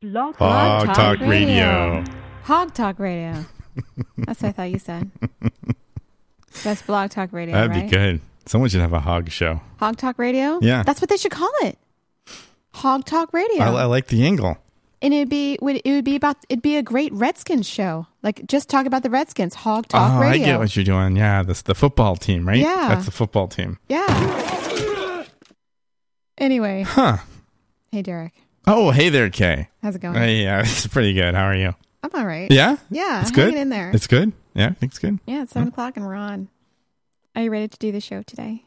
Blog Hog Talk Talk Radio. Hog Talk Radio. That's what I thought you said. That's Blog Talk Radio, That'd right? be good. Someone should have a hog show. Hog Talk Radio? Yeah. That's what they should call it. Hog Talk Radio. I, I like the angle. and it'd be would it would be about it'd be a great Redskins show. Like just talk about the Redskins. Hog Talk oh, Radio. I get what you're doing. Yeah, that's the football team, right? Yeah. That's the football team. yeah. Anyway, Huh. hey Derek. Oh, hey there, Kay. How's it going? Uh, yeah, it's pretty good. How are you? I'm all right. Yeah? Oh. Yeah, It's hanging good? in there. It's good? Yeah, I think it's good. yeah, it's seven o'clock and we're on. Are you ready to do the show today?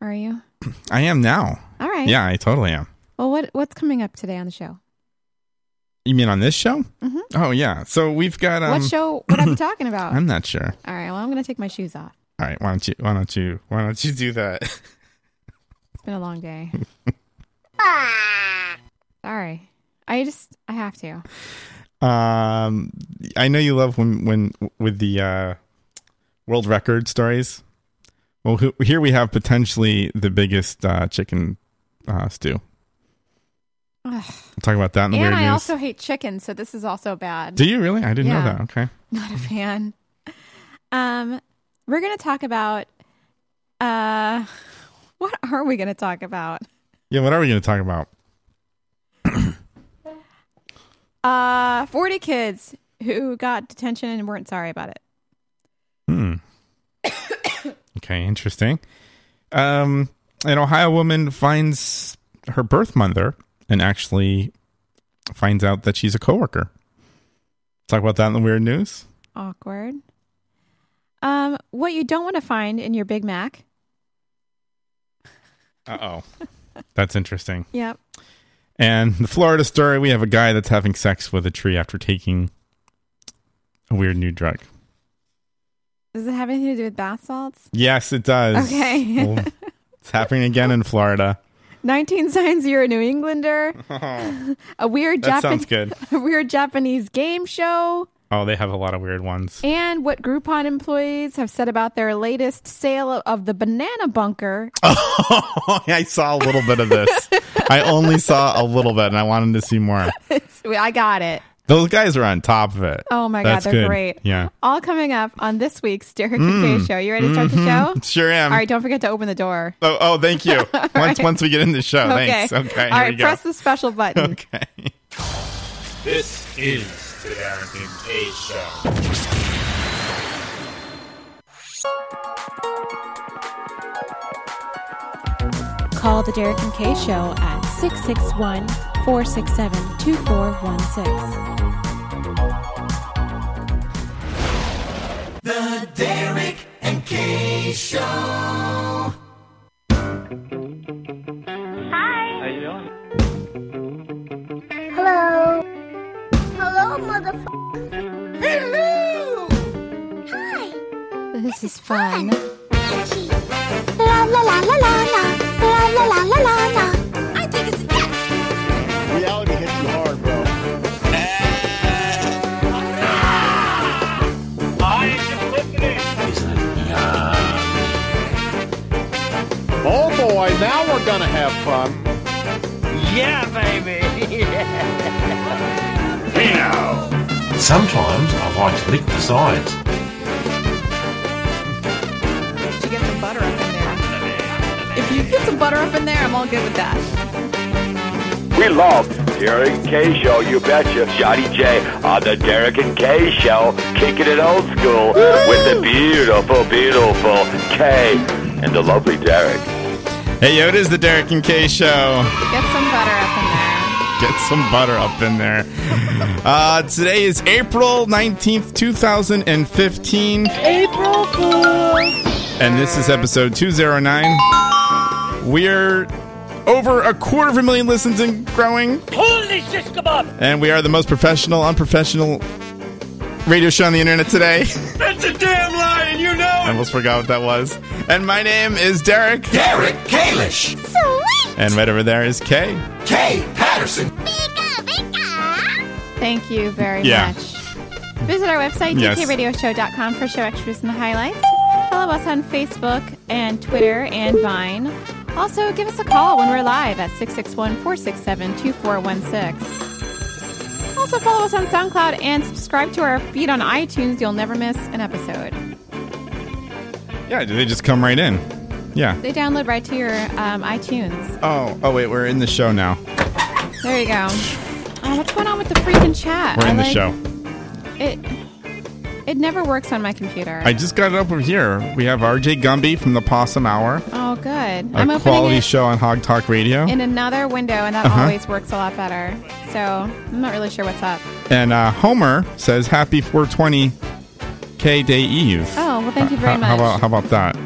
Are you? I am now. All right. Yeah, I totally am. Well, what what's coming up today on the show? You mean on this show? Mhm. Oh, yeah. So we've got. Um, what show? What are we talking about? I'm not sure. All right. Well, I'm gonna take my shoes off. All right, why don't you? Why don't you? Why don't you do that? It's been a long day. Sorry. I just I have to. Um, I know you love when when with the uh, world record stories. Well, who- here we have potentially the biggest uh, chicken uh, stew. Ugh. We'll talk about that in the And weird I news. also hate chicken, so this is also bad. Do you really? I didn't know Yeah. that. Okay. Not a fan. Um, we're gonna talk about uh, what are we gonna talk about? Yeah. What are we going to talk about? Uh, 40 kids who got detention and weren't sorry about it. Hmm. okay. Interesting. Um, an Ohio woman finds her birth mother and actually finds out that she's a coworker. Talk about that in the weird news. Awkward. Um, what you don't want to find in your Big Mac. Uh oh. That's interesting. Yep. And the Florida story we have a guy that's having sex with a tree after taking a weird new drug. Does it have anything to do with bath salts? Yes, it does. Okay. Well, it's happening again in Florida. 19 signs you're a New Englander. a weird That Japan- sounds good. a weird Japanese game show. Oh, they have a lot of weird ones. And what Groupon employees have said about their latest sale of the banana bunker. Uh. Oh, I saw a little bit of this. I only saw a little bit and I wanted to see more. I got it. Those guys are on top of it. Oh my That's God, they're good. great. Yeah. All coming up on this week's Derek and Hmm. Kay show. You ready to start the show? Sure am. All right, don't forget to open the door. Oh, oh, thank you. Once once we get in the show. Thanks. Okay. All here right, we go. press the special button. Okay. This is the Derek and Kay Show. Call the Derek and Kay Show at 661 467 2416. Hi. How you doing? Hello. Hello, motherfucker. Hello. Hi. This is fun. Angie. La la la la la la. La la la la la la. I think it's yes. Reality hits you hard, bro. I am listening. Oh boy, now we're gonna have fun. Yeah, baby. Sometimes I like to lick the sides. Did you get some butter up in there? If you get some butter up in there, I'm all good with that. We love Derek and Kay Show, you betcha. Johnny J on the Derek and Kay Show, kicking it old school with the beautiful, beautiful Kay and the lovely Derek. Hey, yo, it is the Derek and Kay show. Get some butter up in there. Get some butter up in there. Uh, today is April 19th, 2015. April Fool. And this is episode 209. We're over a quarter of a million listens and growing. Holy shish And we are the most professional, unprofessional radio show on the internet today. That's a damn lie, and you know I almost forgot what that was. And my name is Derek. Derek Kalish, Sweet. And right over there is Kay. Kay Patterson. Bika bika. Thank you very Yeah. much. Visit our website, Yes. dkradioshow.com, for show extras and the highlights. Follow us on Facebook and Twitter and Vine. Also, give us a call when we're live at 661 467 2416. Also, follow us on SoundCloud and subscribe to our feed on iTunes. You'll never miss an episode. Yeah, they just come right in. Yeah. They download right to your um, iTunes. Oh, oh wait, we're in the show now. There you go. Oh, what's going on with the freaking chat? We're in I the like- show. It it never works on my computer. I just got it up over here. We have RJ Gumby from the Possum Hour, oh, good. a I'm opening quality it show on Hog Talk Radio, in another window, and that Uh-huh. always works a lot better. So I'm not really sure what's up. and uh, Homer says Happy 420 K Day Eve. Oh, well, thank you very How- How much. about how about that?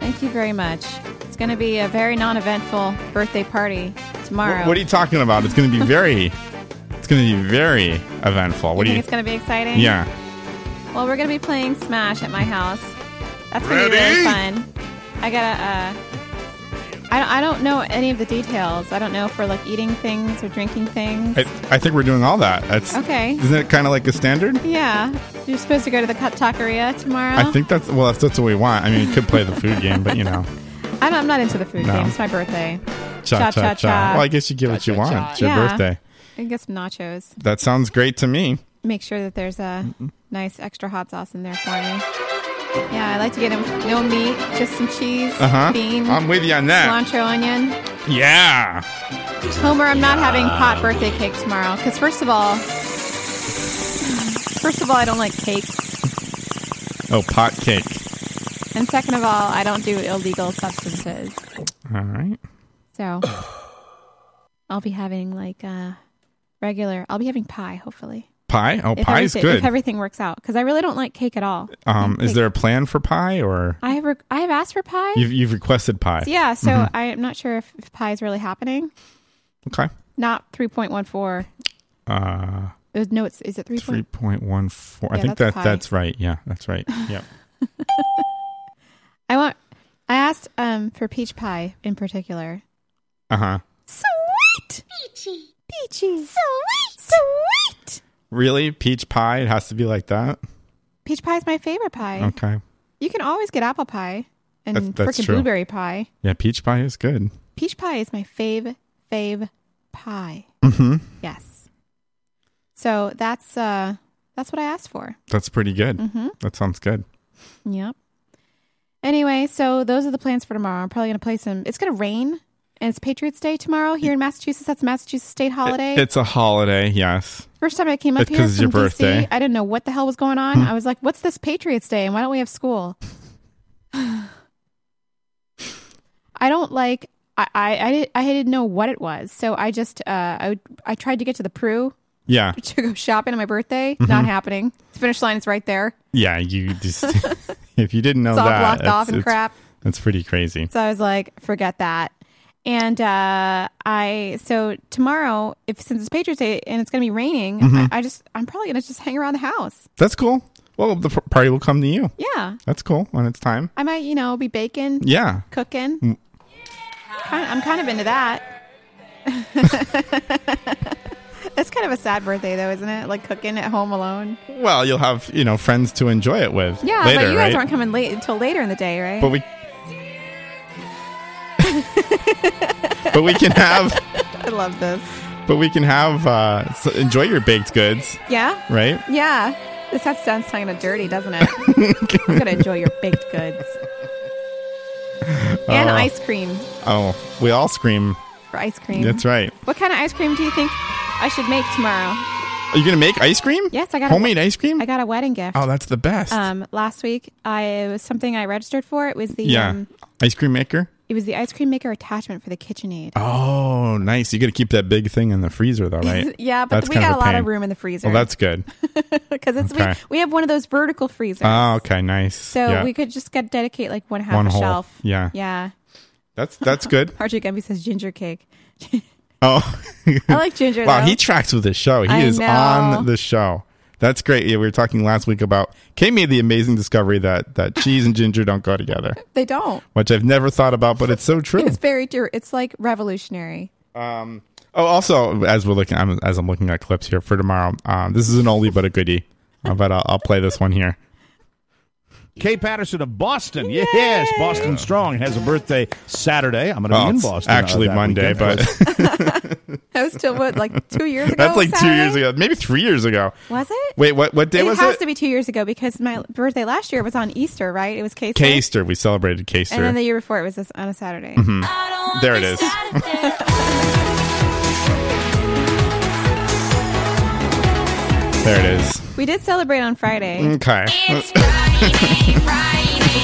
Thank you very much. It's going to be a very non-eventful birthday party tomorrow. What, what are you talking about? It's going to be very, it's going to be very eventful. What You do think you? it's going to be exciting? Yeah. Well, we're gonna be playing Smash at my house. That's gonna be really fun. I gotta. Uh, I don't- I don't know any of the details. I don't know if we're like eating things or drinking things. I, I think we're doing all that. That's Okay. Isn't it kind of like a standard? yeah, you're supposed to go to the cut- taqueria tomorrow. I think that's well. That's, that's what we want. I mean, we could play the food game, but you know, I don't, I'm not into the food No. game. It's my birthday. cha cha cha. Cha-cha-cha. Well, I guess you get what you want. It's your Yeah. birthday. I can get some nachos. That sounds great to me. Make sure that there's a nice extra hot sauce in there for me. Yeah, I like to get 'em- no meat, just some cheese, Uh huh. bean, I'm with you on that. cilantro, onion. Yeah. Homer, I'm not having pot birthday cake tomorrow because first of all, first of all, I don't like cake, Oh, pot cake. and second of all, I don't do illegal substances. All right. So I'll be having like uh, regular. I'll be having pie, hopefully. Pie. Oh, If pie is everything- good. If everything works out, because I really don't like cake at all. um, Like, is there a plan for pie or I have re- I have asked for pie. you've Mm-hmm. you've requested pie? yeah, so I'm not sure if, if pie is really happening. Okay. Not 3.14. Uh, Uh, No, it's is it 3. three point one four. I Yeah, think that's that pie. that's right. Yeah, that's right. Yeah. I want. I asked um, for peach pie in particular. Uh huh. Sweet! Peachy. Peachy. Sweet. Sweet! Really? Peach pie? It has to be like that? Peach pie is my favorite pie. Okay. You can always get apple pie and Oh. That's- that's frickin' true. blueberry pie. Yeah, peach pie is good. Peach pie is my fave, fave pie. Mm-hmm. Yes. So that's uh that's what I asked for. That's pretty good. Mhm. That sounds good. Yep. Anyway, so those are the plans for tomorrow. I'm probably gonna play some. It's gonna rain, and it's Patriots Day tomorrow here in Massachusetts. That's a Massachusetts state holiday. It's a holiday, yes. First time I came up It's here 'cause it's from your DC, birthday. Hmm. I didn't know what the hell was going on. I was like, "What's this Patriots Day? And why don't we have school?" I don't like. I I I, did, I didn't know what it was, so I just uh I would- I tried to get to the Prue Yeah. to go shopping on my birthday. Mm-hmm. Not happening. The finish line is right there. Yeah, you just if you didn't know It's all Oh, that blocked it's- off and it's- crap. That's pretty crazy. So I was like, forget that. And uh, I so tomorrow, if since it's Patriots Day and it's gonna be raining, Mm-hmm. I, I just I'm probably gonna just hang around the house. That's cool. Well, the f- party will come to you. Yeah, That's cool when it's time. I might you know be baking, Yeah. Mm. cooking. Kind I'm kind of into that. That's kind of a sad birthday, though, isn't it? Like cooking at home alone. Well, you'll have, you know, friends to enjoy it with. Yeah, later, but you guys right? aren't coming late until later in the day, right? But we But we can have I love this. but we can have uh s- enjoy your baked goods, Yeah, right? yeah. This that sounds kind of dirty, doesn't it? I'm gonna enjoy your baked goods and Oh. ice cream Oh, we all scream. for ice cream. That's right. What kind of ice cream do you think I should make tomorrow? Are you gonna make ice cream? Yes, I got a- homemade ice cream. I got a wedding gift. oh, that's the best. Um, last week, I it was something I registered for. It was the yeah, um, ice cream maker. It was the ice cream maker attachment for the KitchenAid. Oh, nice. You got to keep that big thing in the freezer, though, right? yeah, but That's we kind got a, of lot pain. of room in the freezer. Well, that's good. because it's okay. we, we have one of those vertical freezers, Oh, okay, nice. so Yeah. we could just get dedicate like one half One a whole. shelf. Yeah. yeah. that's that's good. Archie Gumby says ginger cake. Oh, I like ginger. wow, though. he tracks with the show. He I is know. on the show. That's great. Yeah, we were talking last week about Kay made the amazing discovery that that cheese and ginger don't go together, they don't. which I've never thought about, but it's so true. It's very true. It's like revolutionary. Oh, also, as we're looking, I'm, as I'm looking at clips here for tomorrow, um, this is an oldie but a goodie, uh, but I'll, I'll play this one here. Kay Patterson of Boston. Yes, Boston Strong has a birthday Saturday. I'm going to Well, be in Oh, it's Boston. uh, actually that Monday, weekend. but That was still what, like two years ago? that's like two Saturday? years ago, maybe three years ago. Was it? Wait, what? What day it was has it? to be two years ago because my birthday last year was on Easter, right? It was K. K-Ster. We celebrated K-Ster. And then the year before it was this, on a Saturday. Mm-hmm. there it is. there it is. We did celebrate on Friday, Okay. the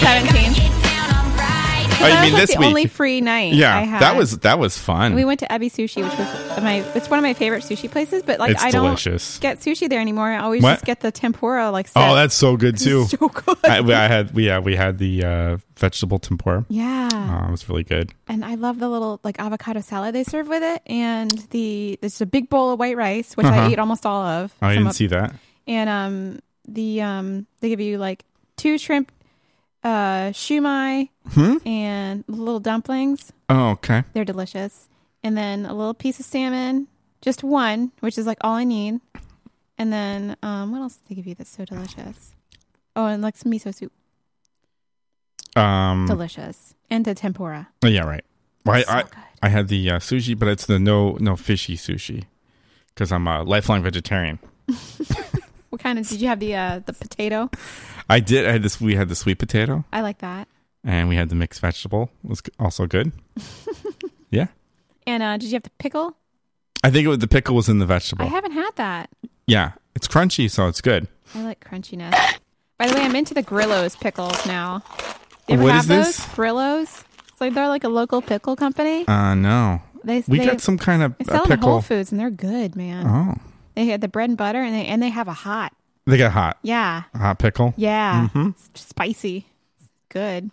17th. Oh, you that mean was like this the week? only free night I yeah, had. that was that was fun. We went to Ebby Sushi, which was my it's one of my favorite sushi places. But like It's I delicious. don't get sushi there anymore. I always What? just get the tempura like. Set. oh, that's so good too. so good. I, we- I had we- yeah we had the uh, vegetable tempura. yeah, Uh, it was really good. and I love the little like avocado salad they serve with it, and the there's a big bowl of white rice which I ate almost all of. Uh-huh. I Some didn't of- see that. And um the um they give you like two shrimp, uh shumai, Hmm? and little dumplings. Oh, okay. They're delicious. And then a little piece of salmon, just one, which is like all I need. And then um, what else did they give you that's so delicious? Oh, and like some miso soup, Um, delicious, and the tempura. Oh, yeah, right. Well, I, So I, good. I had the uh, sushi, but it's the no no fishy sushi because I'm a lifelong vegetarian. What kind of did you have the uh, the potato? I did. I had this. We had the sweet potato I like that. and we had the mixed vegetable. It was also good. yeah, And uh, did you have the pickle? I think it was, the pickle was in the vegetable. I haven't had that. yeah, it's crunchy, so it's good. I like crunchiness. By the way, I'm into the Grillo's pickles now. You ever What have is those? this? Grillo's. It's like they're like a local pickle company. Uh no, They we they, got some kind of they uh, sell them at pickle. Whole Foods and they're good, man. Oh, They had the bread and butter, and they and they have a hot. they got hot Yeah, hot pickle. yeah, Mm-hmm. It's spicy, good.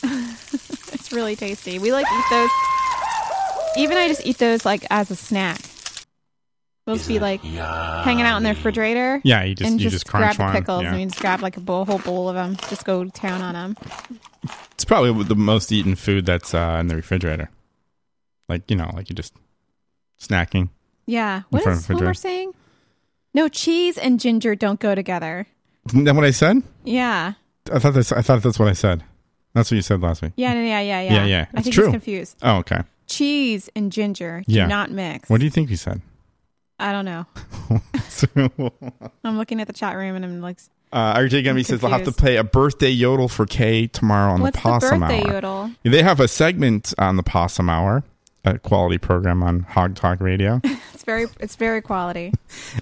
it's really tasty. We like eat those. Even I just eat those like as a snack. We'll just be like hanging out in the refrigerator. Yeah, you just and you just, just, grab crunch the one. pickles yeah. and you just grab like a bowl, whole bowl of them. Just go to town on them. It's probably the most eaten food that's uh, in the refrigerator. Like you know, like you just snacking. Yeah. What front is of the Homer refrigerator. saying? No, cheese and ginger don't go together. Isn't that what I said? Yeah. I thought that's I thought that's what I said. That's what you said last week. Yeah, yeah, yeah, yeah. Yeah, yeah. I It's think true. he's confused. Oh, okay. Cheese and ginger do Yeah. not mix. What do you think you said? Uh, I don't know. So, I'm looking at the chat room and I'm like, uh, RJ Gummy I'm says they'll have to confused. play a birthday yodel for Kay tomorrow on what's the Possum the birthday Hour. yodel? They have a segment on the Possum Hour, a quality program on Hog Talk Radio, It's very, it's very quality.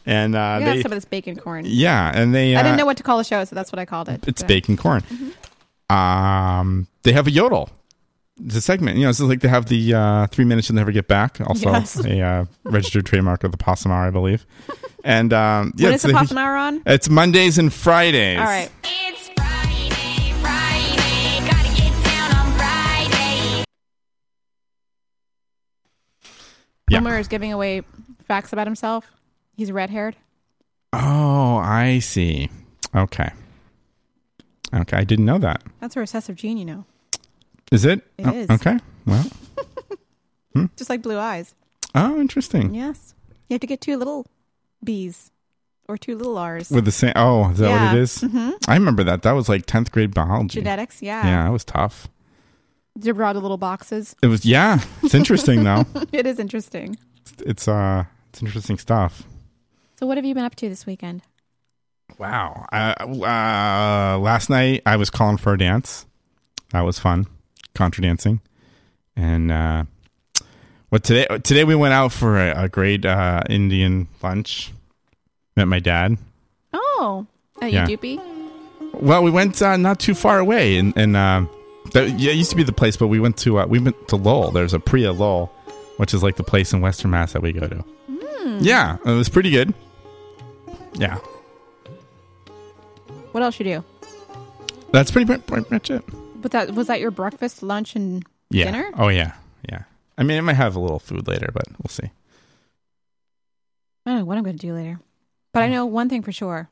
and uh, I got they some of this bacon corn. yeah, and they uh, I didn't know what to call the show, so that's what Mm-hmm. I called it. it's But- bacon corn. Um, they have a yodel. It's a segment, you know. It's like they have the uh, three minutes you'll never get back. Also, Yes. a uh, registered trademark of the Possum Hour, I believe. And um, yeah, When is it's the a- possum hour on? It's Mondays and Fridays. All right. Yeah. Homer is giving away facts about himself. He's red haired. Oh, I see. Okay. Okay, I didn't know that. That's a recessive gene, you know, Is it? It oh, is. Okay. Well. just like blue eyes. Oh, interesting. Yes. You have to get two little B's or two little R's. With the same. Oh, is that what Yeah. Mm-hmm. it is? I remember that. That was like tenth grade biology. Genetics, yeah. Yeah, that was tough. They're brought in little boxes. It was. Yeah, it's interesting though. it is interesting. It's uh, it's interesting stuff. So, what have you been up to this weekend? Wow. Uh, uh, last night I was calling for a dance. That was fun, contra dancing, and uh, what today? Today we went out for a, a great uh, Indian lunch. Met my dad. Oh, at Yeah. Udupee? Well, we went uh, not too far away, and, and uh, that, yeah, it used to be the place, but we went to uh, we went to Lowell. There's a Priya Lowell, which is like the place in Western Mass that we go to. Hmm. Yeah, it was pretty good. Yeah, What else you do? that's pretty mu- pretty much it. But that was that your breakfast, lunch, and Yeah. dinner? Oh yeah, yeah. I mean, I might have a little food later, but we'll see. I don't know what I'm going to do later. But I know one thing for sure.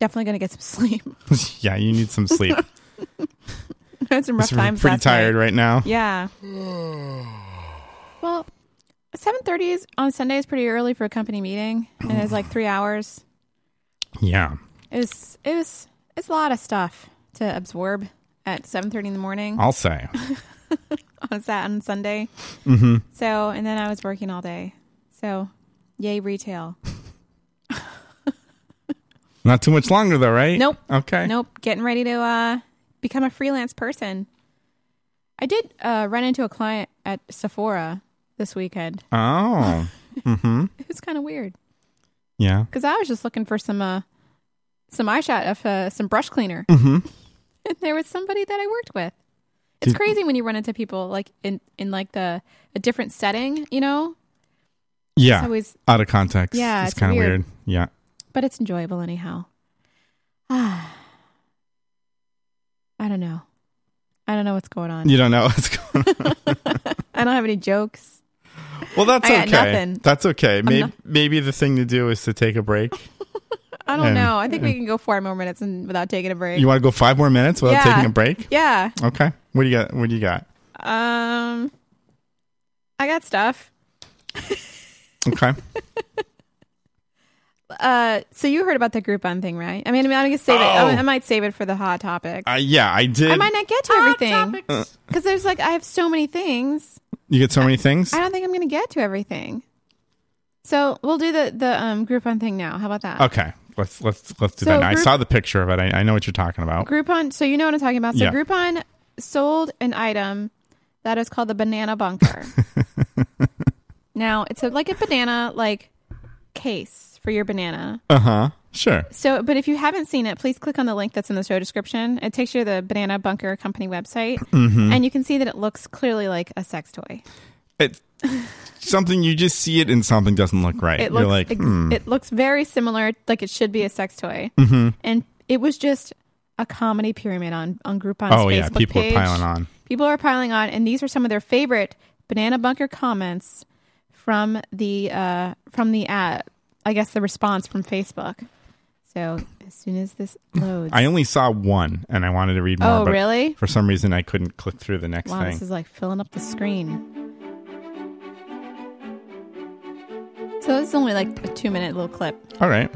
Definitely going to get some sleep. yeah, you need some sleep. I had some rough It's times. pretty last night. tired right now. Yeah. well, seven thirty is on Sunday is pretty early for a company meeting, and it's like three hours. Yeah. It was it was It's a lot of stuff to absorb at 7.30 in the morning I'll say. on Saturday and Sunday. Uh-huh. Mm-hmm. So, and then I was working all day. So, yay retail. Not too much longer though, right? Nope. Okay. Nope. Getting ready to uh, become a freelance person. I did uh, run into a client at Sephora this weekend. Oh. mm-hmm. It was kind of weird Yeah. because I was just looking for some uh, some eyeshadow, of, uh, some brush cleaner, Mm-hmm. and there was somebody that I worked with. It's Did- crazy when you run into people like in in like the a different setting, you know. Yeah. It's always- Out of context. Yeah, It's it's kind of weird. weird. Yeah. but it's enjoyable anyhow. Ah, I don't know. I don't know what's going on. You don't know what's going on. I don't have any jokes. Well, that's I got okay. nothing. That's okay. Maybe not- maybe the thing to do is to take a break. I don't And- know. I think we can go four more minutes and without taking a break. You want to go five more minutes without Yeah. taking a break? yeah. Okay. What do you got? What do you got? Um, I got stuff. Okay. Uh, so you heard about the Groupon thing, right? I mean, I mean, I'm gonna save it. I, Oh. I might save it for the hot topics. uh, yeah, I did. I might not get to everything Uh, because there's like I have so many things. you get so many things. I don't think I'm gonna get to everything. So we'll do the the um, Groupon thing now. How about that? Okay. Let's let's let's do So that. I group- saw the picture of it. I, I know what you're talking about. Groupon. So you know what I'm talking about. So Yeah. Groupon sold an item that is called the banana bunker. now it's a, like a banana like case for your banana. Uh huh. Sure. So, but if you haven't seen it, please click on the link that's in the show description. It takes you to the Banana Bunker Company website, Mm-hmm. and you can see that it looks clearly like a sex toy. It's something you just see it and something doesn't look right. It you're looks like, ex- hmm. Mm-hmm. it looks very similar, like it should be a sex toy, and it was just a comedy pyramid on on Groupon's oh Facebook yeah, people page. are piling on. People are piling on, and these are some of their favorite Banana Bunker comments from the uh, from the ad. I guess the response from Facebook. So as soon as this loads, I only saw one, and I wanted to read more. oh but really? For some reason, I couldn't click through the next Wow, thing. this is like filling up the screen. So this is only like a two minute little clip. All right.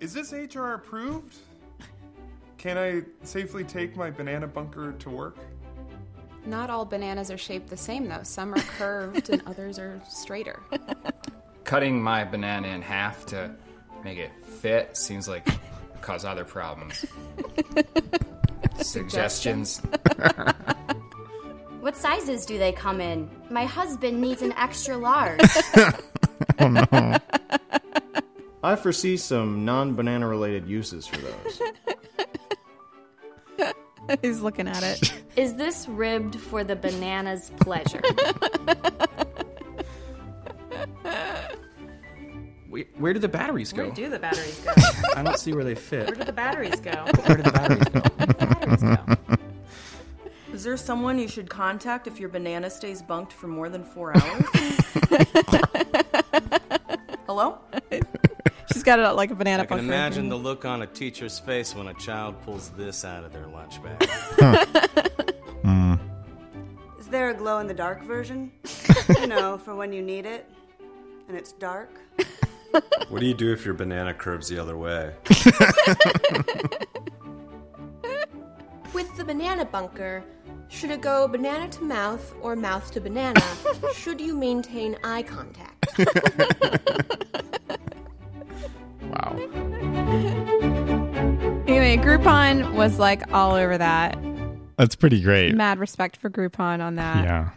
Is this HR approved? Can I safely take my banana bunker to work? Not all bananas are shaped the same, though. Some are curved and others are straighter. Cutting my banana in half to make it fit seems like it'd cause other problems. Suggestions. What sizes do they come in? My husband needs an extra large. oh no. I foresee some non banana related uses for those. He's looking at it. Is this ribbed for the banana's pleasure? Where, where do the batteries go? Where do the batteries go? I don't see where they fit. Where do the batteries go? Where do the batteries go? Is there someone you should contact if your banana stays bunked for more than four hours? Hello? She's got it out like a banana I can bunker. imagine the look on a teacher's face when a child pulls this out of their lunch bag. Is there a glow in the dark version? you know, for when you need it and it's dark? What do you do if your banana curves the other way? With the banana bunker, should it go banana to mouth or mouth to banana? should you maintain eye contact? Anyway, Groupon was like all over that. That's pretty great. Mad respect for Groupon on that. Yeah.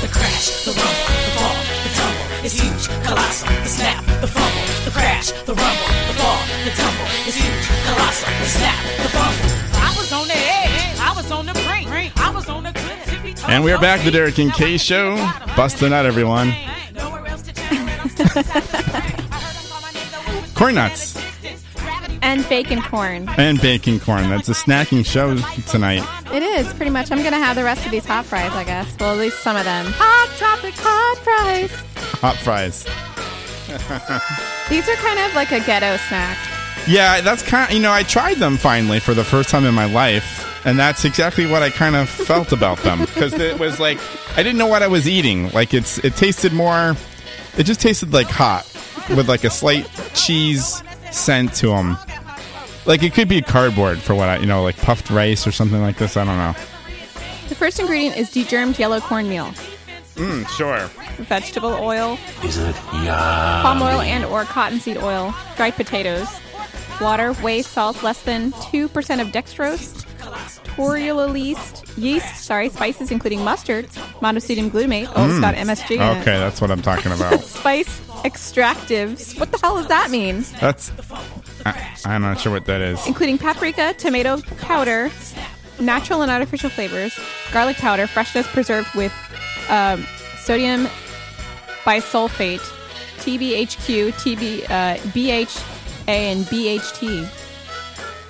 The crash, the rumble, the fall, the tumble. It's huge, colossal. The snap, the fumble, the crash, the rumble, the fall, the tumble. It's huge, colossal. The snap, the fumble. I was on the edge. I was on the brink. I was on the cliff. to be told and we're no back the feet. derek and kay show bust the nut everyone Nowhere else to corn nuts And bacon corn. and baking corn that's a snacking show tonight It is pretty much. I'm gonna have the rest of these hot fries, I guess. Well, at least some of them. Hot chocolate hot fries. hot fries These are kind of like a ghetto snack. Yeah, that's kind. you know, I tried them finally for the first time in my life, and that's exactly what I kind of felt about them because it was like I didn't know what I was eating. Like it's it tasted more. It just tasted like hot with like a slight cheese scent to them. Like it could be cardboard for what I you know like puffed rice or something like this. I don't know. The first ingredient is degermed yellow cornmeal, Mm, sure. vegetable oil, Isn't it palm oil and or cottonseed oil, dried potatoes, water, whey, salt, less than 2% of dextrose, torula yeast, yeast, sorry, spices including mustard, monosodium glutamate, oh, it's Mm. got MSG in it. Okay, that's what I'm talking about. Spice extractives. What the hell does that mean? that's. I, I'm not sure what that is. Including paprika, tomato powder, natural and artificial flavors, garlic powder, freshness preserved with um, sodium bisulfate, TBHQ, TB, uh, BHA, and BHT.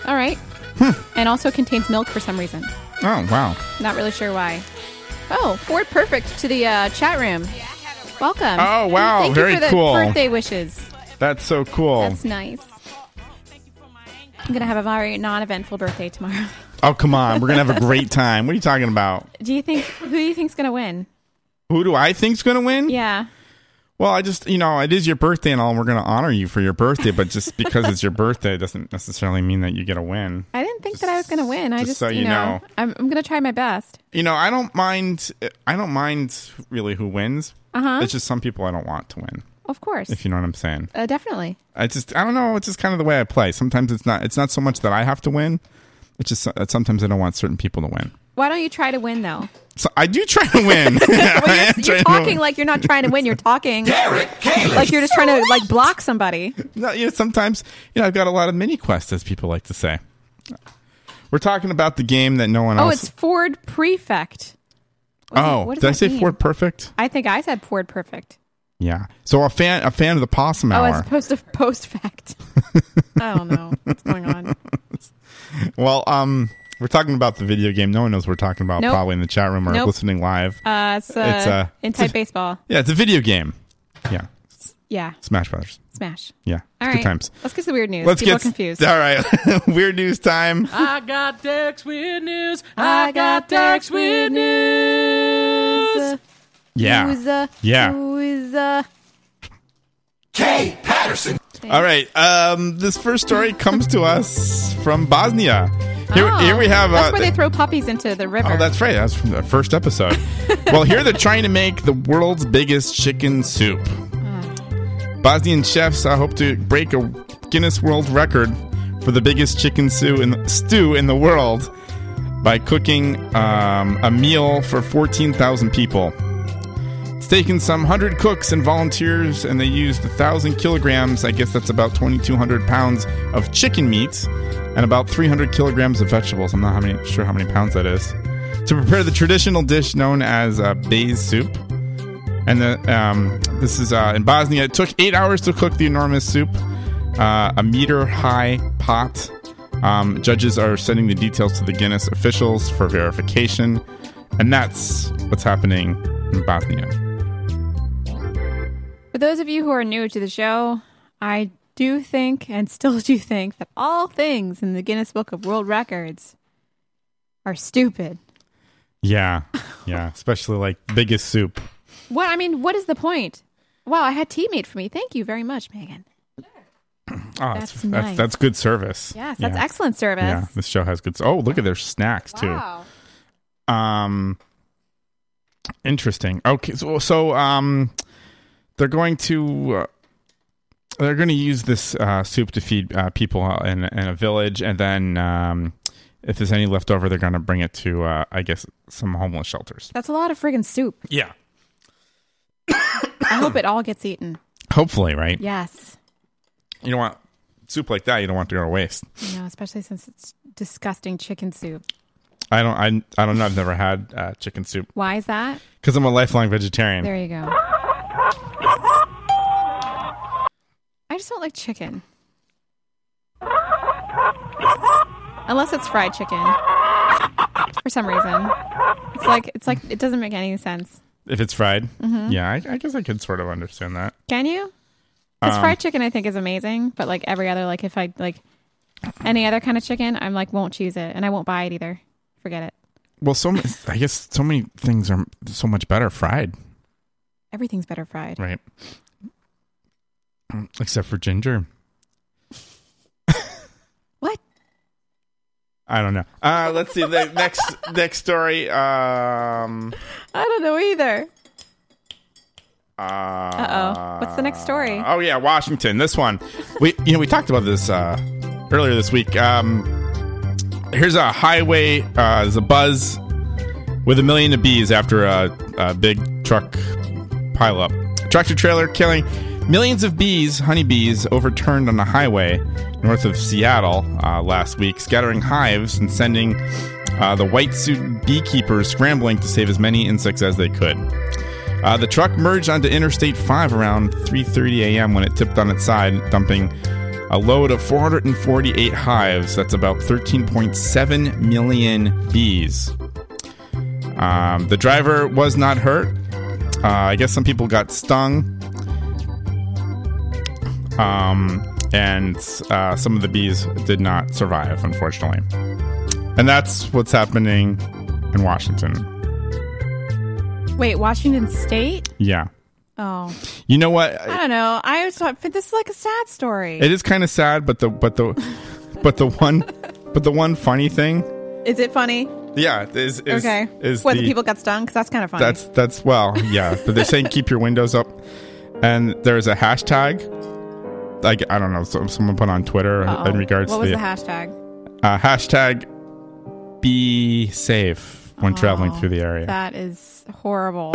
All right. Hmm. And also contains milk for some reason. Oh wow. Not really sure why. Oh, Ford Perfect to the uh, chat room. Welcome. Oh, wow, Thank very you for the cool. birthday wishes. That's so cool. That's nice. I'm gonna have a very non-eventful birthday tomorrow. Oh come on, we're gonna have a great time. What are you talking about? Do you think who do you think's gonna win? Who do I think's gonna win? Yeah. Well, I just you know it is your birthday and all. and We're gonna honor you for your birthday, but just because it's your birthday doesn't necessarily mean that you get a win. I didn't think that I was gonna win. I just just so you you know, know. I'm, I'm gonna try my best. You know, I don't mind. I don't mind really who wins. Uh-huh. It's just some people I don't want to win. Of course. If you know what I'm saying. Uh, definitely. I just I don't know. It's just kind of the way I play. Sometimes it's not it's not so much that I have to win. It's just that sometimes I don't want certain people to win. Why don't you try to win though? So I do try to win. I Well, am you're, trying you're to win. talking like you're not trying to win. You're talking like you're just trying to like block somebody. No, you know, sometimes you know I've got a lot of mini quests, as people like to say. We're talking about the game that no one Oh, else. it's Ford Prefect. What does- oh, what does did I that say mean? Ford Perfect? I think I said Ford Perfect. Yeah. So a fan, a fan of the Possum Oh, as Hour. opposed to post fact. I don't know what's going on. well, um, we're talking about the video game. No one knows we're talking about. Nope. Probably in the chat room or Nope. listening live. Uh, it's, uh, It's, uh, in type baseball. Yeah, it's a video game. Yeah, Yeah. Smash Brothers. Smash. Yeah, All good right. times. Let's get to the weird news. Let's People get are confused. Uh, All right, weird news time. I got Dex with news. I got Dex with news. Yeah. Yeah. Who's uh, K. Patterson. All right. Um, this first story comes to us from Bosnia. Here, oh, here we have. That's uh, where they throw puppies into the river. Oh, that's right. That's from the first episode. well, here they're trying to make the world's biggest chicken soup. Bosnian chefs uh, hope to break a Guinness World Record for the biggest chicken stew in the, stew in the world by cooking um, a meal for 14,000 people. It's taken some 100 cooks and volunteers, and they used 1,000 kilograms, I guess that's about 2,200 pounds of chicken meat, and about 300 kilograms of vegetables. I'm not how many, sure how many pounds that is. To prepare the traditional dish known as uh, Bayes soup. And the, um, this is uh, in Bosnia. It took eight hours to cook the enormous soup, uh, a meter high pot. Um, judges are sending the details to the Guinness officials for verification. And that's what's happening in Bosnia. For those of you who are new to the show, I do think and still do think that all things in the Guinness Book of World Records are stupid. Yeah. Yeah. Especially like biggest soup. What I mean, what is the point? Wow, I had tea made for me. Thank you very much, Megan. Oh, That's that's, nice. that's, that's good service. Yes, that's excellent service. Yeah, this show has good. Oh, look at their snacks Wow. too. Um, interesting. Okay, so, so um, they're going to uh, they're going to use this uh, soup to feed uh, people in in a village, and then um, if there's any left over, they're going to bring it to uh, I guess some homeless shelters. That's a lot of friggin' soup. Yeah, I hope it all gets eaten. hopefully, right? Yes. You don't want soup like that. You don't want to go to waste. You know, especially since it's disgusting chicken soup. I don't. I, I don't know. I've never had uh, chicken soup Why is that? because I'm a lifelong vegetarian. There you go. I just don't like chicken. Unless it's fried chicken. For some reason. It's like it's like it doesn't make any sense. If it's fried, Mhm. yeah, I, I guess I could sort of understand that. Can you? Because Um, fried chicken I think is amazing, but like every other like if I like any other kind of chicken, I'm like won't choose it and I won't buy it either. Forget it. Well, so ma- I guess so many things are so much better fried, Everything's better fried. right? Mm, Except for ginger. What? I don't know. Uh, let's see the next next story. Um, I don't know either. uh, Uh-oh. What's the next story? Oh yeah, Washington. This one, we you know we talked about this uh, earlier this week. Um, here's a highway. Uh, there's a buzz with a million of bees after a, a big truck pileup. Tractor trailer killing millions of bees, honeybees, overturned on a highway north of Seattle uh, last week, scattering hives and sending uh, the white suit beekeepers scrambling to save as many insects as they could. Uh, the truck merged onto Interstate 5 around 3:30 a.m. when it tipped on its side, dumping a load of 448 hives. That's about 13.7 million bees. Um, the driver was not hurt. Uh, I guess some people got stung. Um, and uh, some of the bees did not survive, unfortunately. And that's what's happening in Washington. Wait, Washington State? Yeah. Oh. You know what? I don't know. I was thought this is like a sad story. It is kind of sad, but the but the but the one but the one funny thing, Is it funny? yeah, is, is okay. is what the, the, people got stung because that's kind of funny. that's that's well, yeah. But they're saying keep your windows up. and there's a hashtag. Like I don't know, some, someone put on Twitter Uh-oh. in regards what to was the hashtag? uh, hashtag be safe when traveling through the area. Oh, That is horrible.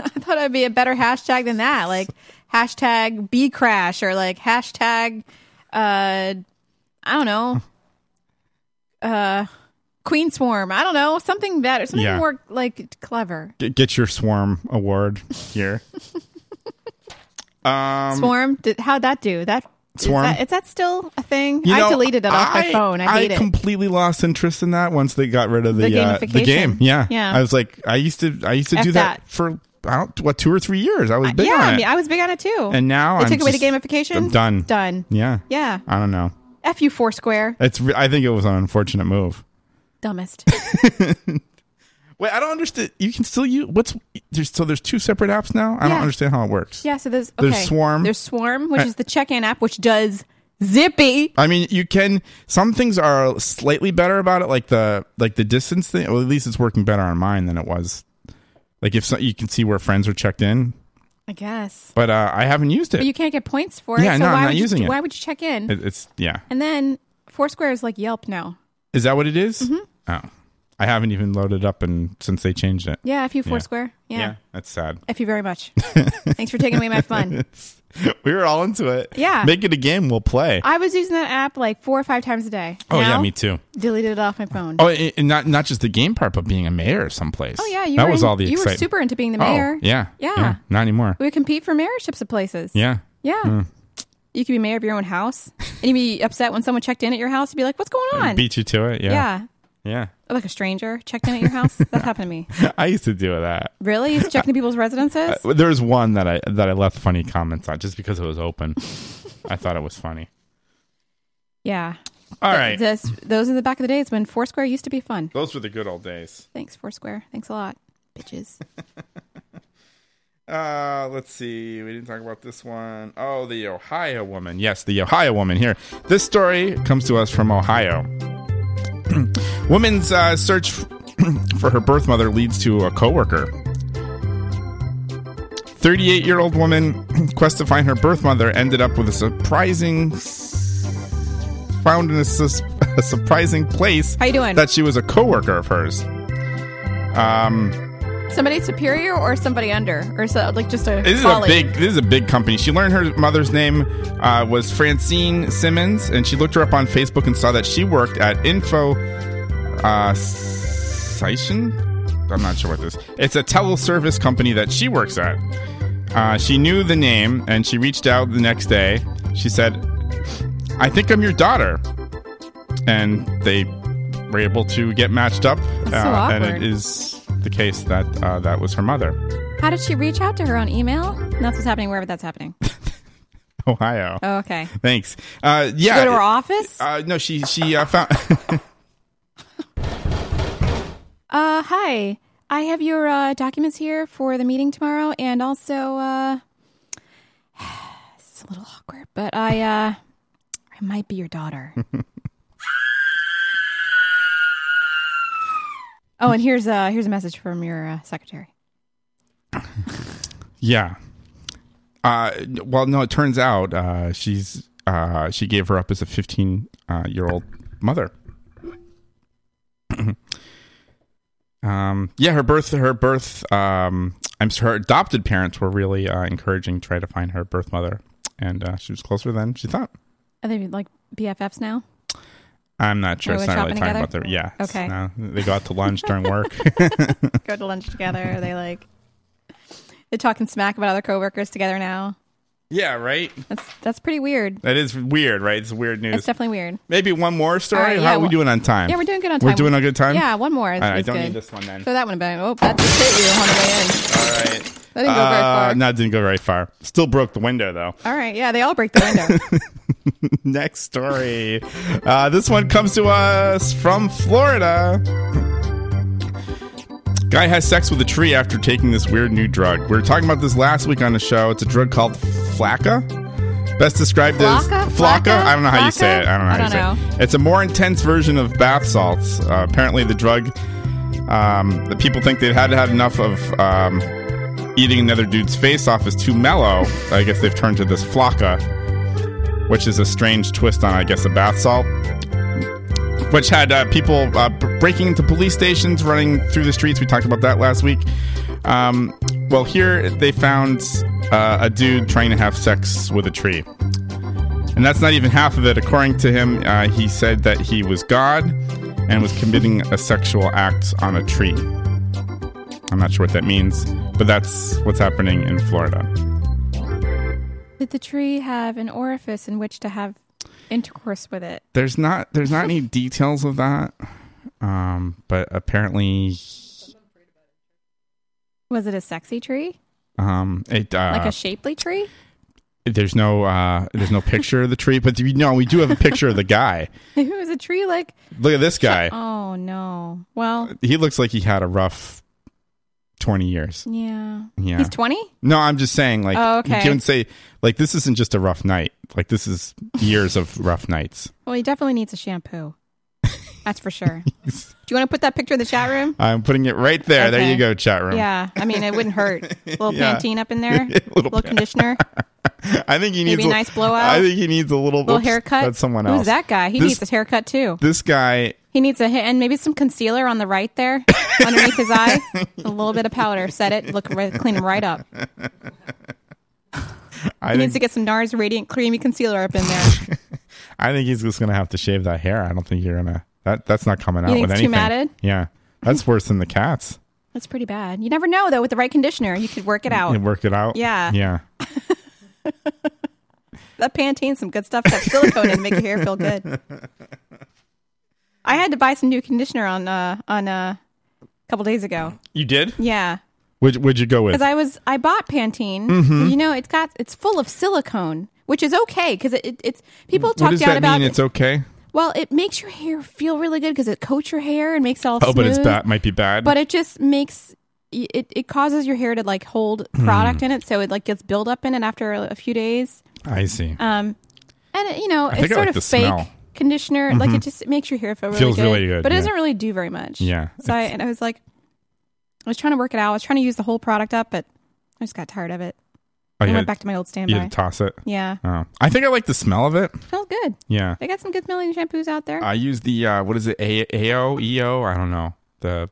I thought it'd be a better hashtag than that, like hashtag B crash or like hashtag uh, I don't know, uh, Queen Swarm. I don't know something better, something Yeah. more like clever. Get, get your swarm award here. um, Swarm. Did, how'd that do? That is Swarm? that- Is that still a thing? You I know, deleted it off my phone. I hate it. completely lost interest in that once they got rid of the The uh, the gamification. game. Yeah, Yeah. I was like, I used to, I used to F do that, that. Uh, for I don't what two or three years. I was big yeah, on I it. mean, I was big on it too. and now they I'm took away the just- gamification. I'm done. Done. Yeah. Yeah. I don't know. F you, Foursquare. It's. re- I think it was an unfortunate move. Dumbest. Wait, I don't understand. You can still use what's there's so there's two separate apps now. I don't Yeah. understand how it works. Yeah, so there's okay. There's Swarm. There's Swarm, which Uh, is the check-in app, which does Zippy. I mean, you can. Some things are slightly better about it, like the like the distance thing. Well, at least it's working better on mine than it was. Like if so, you can see where friends are checked in, I guess, but uh, I haven't used it. but you can't get points for it. Yeah, so no, I'm why not would using you, it. Why would you check in? It- it's yeah. and then Foursquare is like Yelp now. Is that what it is? Mhm. Oh, I haven't even loaded up and since they changed it. Yeah, if you Foursquare. Yeah. that's sad. F you very much. Thanks for taking away my fun. we were all into it. Yeah. make it a game. We'll play. I was using that app like four or five times a day. oh yeah, Now, me too. Deleted it off my phone. Oh, and and not not just the game part, but being a mayor someplace. Oh, yeah, you that were was in- all the you were excitement. super into being the Oh, mayor. yeah, Yeah. not anymore. We would compete for mayorships of places. Yeah, Yeah. Mm. You could be mayor of your own house, and you'd be upset when someone checked in at your house. You'd be like, "What's going on?" beat you to it. Yeah, yeah. yeah. Or like a stranger checked in at your house. That happened to me. I used to do that. Really? You used to check into people's residences? Uh, There's one that I that I left funny comments on just because it was open. I thought it was funny. yeah. All right. Th- this- those are the back of the days when Foursquare used to be fun. Those were the good old days. Thanks, Foursquare. Thanks a lot, bitches. Uh, let's see. We didn't talk about this one. Oh, the Ohio woman. Yes, the Ohio woman here. This story comes to us from Ohio. Woman's uh, search for her birth mother leads to a coworker. 38 year old woman quest to find her birth mother ended up with a surprising found in a, sus- a surprising place How you doing? that she was a coworker of hers um somebody superior or somebody under, or so, like just a This is a colleague? big. This is a big company. She learned her mother's name uh, was Francine Simmons, and she looked her up on Facebook and saw that she worked at Info. Uh, Station? I'm not sure what this. It's a teleservice company that she works at. Uh, she knew the name, and she reached out the next day. She said, "I think I'm your daughter," and they were able to get matched up. uh, That's so and it awkward. is the case that uh, that was her mother. How did she reach out to her on email? That's what's happening wherever that's happening. Ohio. Oh, okay. Thanks. Uh, yeah. Go to her office. Uh, no, she she uh, found. Uh, hi. I have your uh, documents here for the meeting tomorrow, and also uh, it's a little awkward, but I uh, I might be your daughter. oh, and here's uh here's a message from your uh, secretary. yeah. Uh, well, no, it turns out uh, she's uh, she gave her up as a 15 uh, year old mother. um, yeah, her birth, her birth. Um, I'm her adopted parents were really uh, encouraging to try to find her birth mother, and uh, she was closer than she thought. Are they like BFFs now? I'm not sure. Are It's we not really shopping talking about together? their. Yeah. it's- Okay. no, they go out to lunch during work. Go to lunch together. Are they like they're talking smack about other coworkers together now? yeah. Right. That's that's pretty weird. That is weird, right? It's weird news. It's definitely weird. Maybe one more story. All right, How yeah, are we well- doing on time? Yeah, we're doing good on time. We're doing a good time. Yeah, one more. All right, I is don't good. need this one then. Throw that one back. Oh, that just hit you on the way in. All right. That didn't go very far. Uh, No, it didn't go very far. Still broke the window though. All right, yeah, they all break the window. Next story. Uh, this one comes to us from Florida. Guy has sex with a tree after taking this weird new drug. We were talking about this last week on the show. It's a drug called Flaca. Best described Flaca? as Flaca. I don't know how you Flaca? say it. I don't know how I you say don't it. It's a more intense version of bath salts. Uh, apparently, the drug. Um, the people think they've had to have enough of um, eating another dude's face off is too mellow, I guess they've turned to this flaca, which is a strange twist on, I guess, a bath salt, which had uh, people uh, b- breaking into police stations, running through the streets. We talked about that last week. Um, well, here they found uh, a dude trying to have sex with a tree. And that's not even half of it. According to him, uh, he said that he was God and was committing a sexual act on a tree. I'm not sure what that means, but that's what's happening in Florida. Did the tree have an orifice in which to have intercourse with it? There's not there's not any details of that, um, but apparently, Was it a sexy tree? um, it uh, like a shapely tree? there's no uh, there's no picture of the tree, but you know we do have a picture of the guy. it was a tree like. Look at this guy. Oh, no. Well, He looks like he had a rough twenty years. yeah. Yeah. He's 20? No, I'm just saying, like, Oh, you okay. can say, like, this isn't just a rough night. Like, this is years of rough nights. Well, he definitely needs a shampoo. That's for sure. Do you want to put that picture in the chat room? I'm putting it right there. There Okay. you go, chat room. Yeah, I mean, it wouldn't hurt. little Yeah. Pantene up in there, Little little, Pan- conditioner. I think he needs Maybe a nice blowout? I think he needs a little little oops, haircut. That's someone else. Who's that guy? He This- needs a haircut too. This guy. He needs a hit and maybe some concealer on the right there, underneath his eye. A little bit of powder. Set it. Look right, clean him right up. He I think, needs to get some NARS Radiant Creamy Concealer up in there. I think he's just gonna have to shave that hair. I don't think you're gonna. That that's not coming You out think with it's too anything. matted? Yeah, that's worse than the cats. That's pretty bad. You never know though. With the right conditioner, you could work it out. You work it out. Oh. Yeah. Yeah. That Pantene's some good stuff. That silicone and make your hair feel good. I had to buy some new conditioner on uh on uh, a couple days ago. You did. Yeah. Would would you go with? Because I was I bought Pantene. Mhm. but You know, it's got it's full of silicone, which is okay because it, it, it's people what talk does down that about. mean? It's okay. well, it makes your hair feel really good because it coats your hair and makes it all. Oh, but it's smooth. bad. Might be bad. But it just makes it it causes your hair to like hold Hmm. product in it, so it like gets buildup in it after a, a few days. I see. Um, and it, you know, I it's think I sort like of the fake smell. conditioner. Like Mhm. it just it makes your hair feel really Feels good, really good, but it yeah. doesn't really do very much. Yeah, So I, and I was like, I was trying to work it out. I was trying to use the whole product up, but I just got tired of it. Oh, I you went had- back to my old You standby. had to toss it. Yeah. Oh. I think I like the smell of it. Felt good. Yeah. They got some good smelling shampoos out there. I use the uh, what is it? A A O E O? I don't know the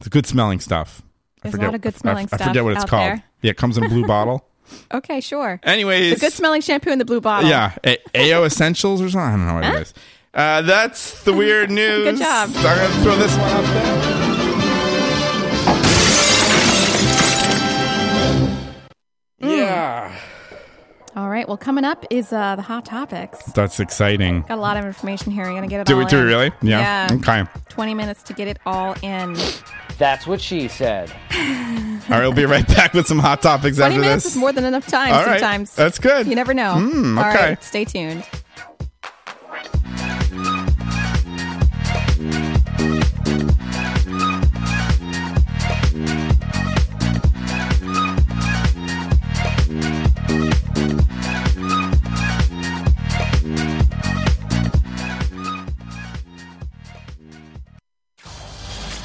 the good smelling stuff. I There's a forget, lot of good I- smelling I, stuff forget what it's out called. there. Yeah, it comes in blue bottle. okay, sure. Anyways. the good smelling shampoo in the blue bottle. Yeah, A- AO Essentials or something. I don't know what it is. Uh, that's the weird news. Good job. I'm gonna throw this one up there. Mm. Yeah. All right. Well, coming up is uh, the hot topics. That's exciting. Got a lot of information here. You're gonna get it Do all. we? Do we in. really? Yeah. yeah. Okay. Twenty minutes to get it all in. That's what she said. All right, we'll be right back with some hot topics Twenty after minutes this. is more than enough time. All right. Sometimes That's good. You never know. Mm, All okay. right. Stay tuned.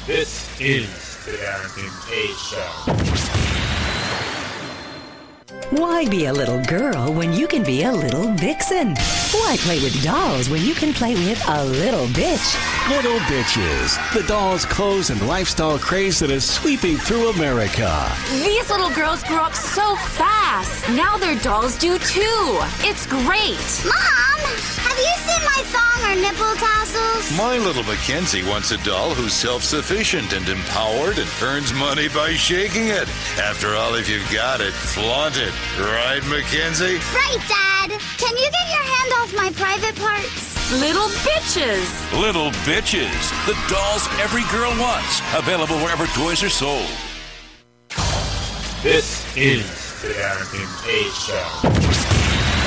This is the Darrington A Show. Why be a little girl when you can be a little vixen? Why play with dolls when you can play with a little bitch? Little Bitches, the dolls, clothes, and lifestyle craze that is sweeping through America. These little girls grow up so fast. Now their dolls do too. It's great. Mom, have you seen my thong or nipple tassels? My little Mackenzie wants a doll who's self sufficient and empowered and earns money by shaking it. After all, if you've got it, flaunt it. Right, Mackenzie? Right, Dad. Can you get your hand off my private parts? Little bitches. Little Bitches, the dolls every girl wants. Available wherever toys are sold. This is the Darrington A Show.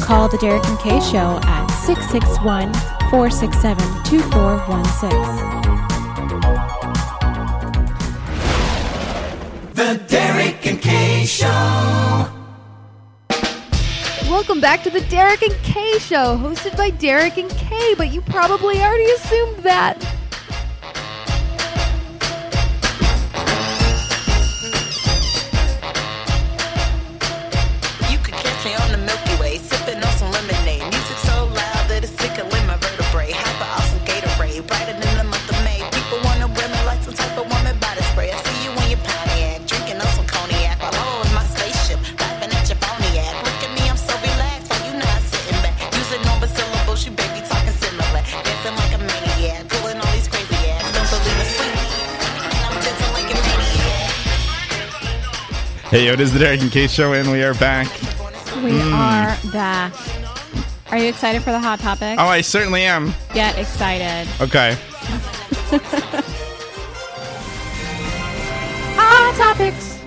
Call the Derek and Kay Show at 661 467 2416. The Derek and Kay Show. We'll Welcome back to the Derek and Kay Show, hosted by Derek and Kay, but you probably already assumed that. You could catch me on the Milky Way, sipping on some lemonade. Music so loud that it's tickling my vertebrae. Hop out some Gatorade, brighter than the month of May. People wanna wear me like some type of woman body spray. I see you in your Pontiac, drinking on some cognac. While I'm on my spaceship, laughing at your phony act. Look at me, I'm so relaxed, while you not sitting back. Using on but syllables, you baby talking similar. Dancing like a maniac, pulling all these crazy ass. Don't believe it's sweet, and I'm dancing like a maniac. Hey, yo, it is the Derek and Kay Show, and we are back. We Mm. are back. Are you excited for the hot topic? Oh, I certainly am. Get excited. Okay. hot topics.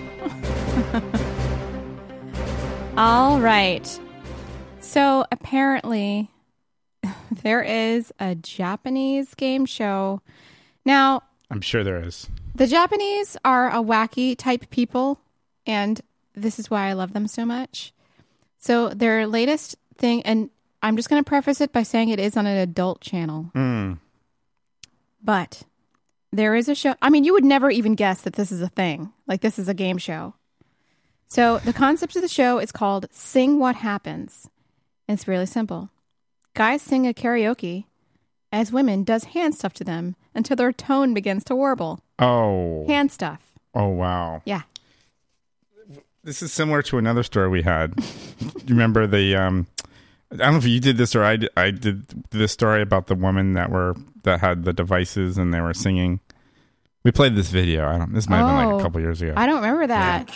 All right. So apparently, there is a Japanese game show. Now, I'm sure there is. the Japanese are a wacky type people, and this is why I love them so much. So, their latest thing, and I'm just going to preface it by saying it is on an adult channel, Mm. but there is a show. I mean, you would never even guess that this is a thing. Like, this is a game show. So, the concept of the show is called Sing What Happens. And it's really simple guys sing a karaoke as women does hand stuff to them until their tone begins to warble. Oh. Hand stuff. Oh, wow. Yeah. This is similar to another story we had. Do you remember the? Um, I don't know if you did this or I did, I did this story about the woman that were that had the devices and they were singing. We played this video. I don't. This might have been like Oh. a couple years ago. I don't remember that.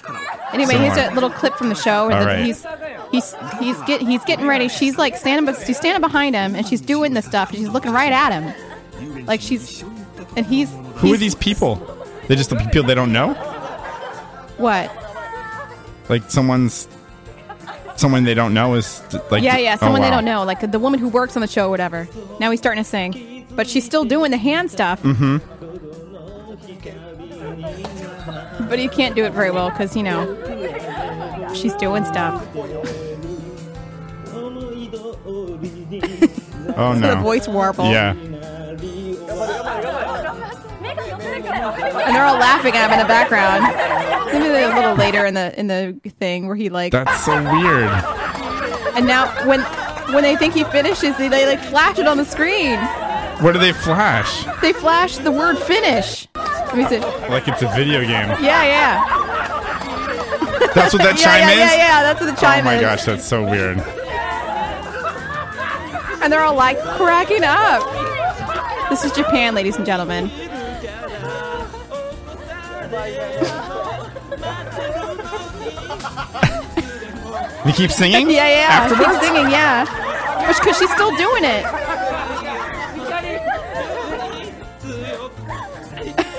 Anyway, here's a Somewhere. little clip from the show. All And right. he's, he's, he's, get, he's getting ready. She's like standing, be- she's standing behind him and she's doing this stuff. And she's looking right at him. Like she's, and he's, Who are these people? They just the people they don't know. what? Like someone's, someone they don't know is like. yeah, yeah, oh, someone they wow. don't know, like the woman who works on the show or whatever. Now he's starting to sing, but she's still doing the hand stuff, Mhm. but he can't do it very well because, you know, she's doing stuff. Oh It's no. gonna voice warble. Yeah. And they're all laughing at him in the background. Maybe they're a little later in the in the thing where he like That's so weird. and now when when they think he finishes, they, they like flash it on the screen. Where do they flash? They flash the word finish. Let me see. Like it's a video game. Yeah, yeah. That's what that yeah, chime yeah, is. Yeah, yeah, that's what the chime oh my is. gosh, that's so weird. And they're all like cracking up. This is Japan, ladies and gentlemen. You keep singing? yeah, yeah. Afterwards? She's singing, yeah. Because she's still doing it.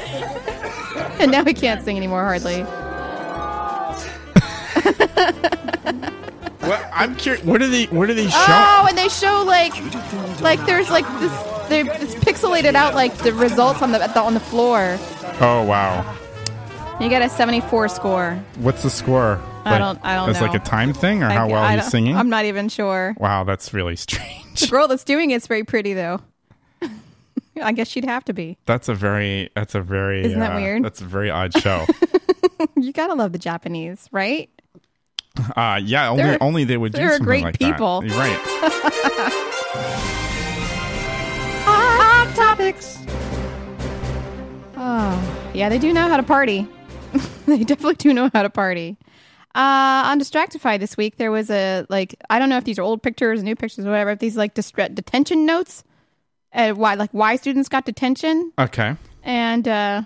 and now he can't sing anymore, hardly. What, I'm curious. What are they? What are they showing? Oh, and they show like, like there's like this. They, it's pixelated out like the results on the, at the on the floor. Oh wow! You got a 74 score. What's the score? I don't- I don't It's know. like a time thing, or I- how well I he's don't- singing. I'm not even sure. wow, that's really strange. The girl that's doing it's very pretty though. I guess she'd have to be. That's a very. That's a very. Isn't that uh, weird? That's a very odd show. you gotta love the Japanese, right? uh yeah. Only They're- only they would do they're something great like people. that. You're right. Hot topics. Oh yeah, they do know how to party. they definitely do know how to party. Uh, on Distractify this week, there was a like I don't know if these are old pictures, new pictures, whatever. If these like distra- detention notes, uh, why like why students got detention Okay. And uh,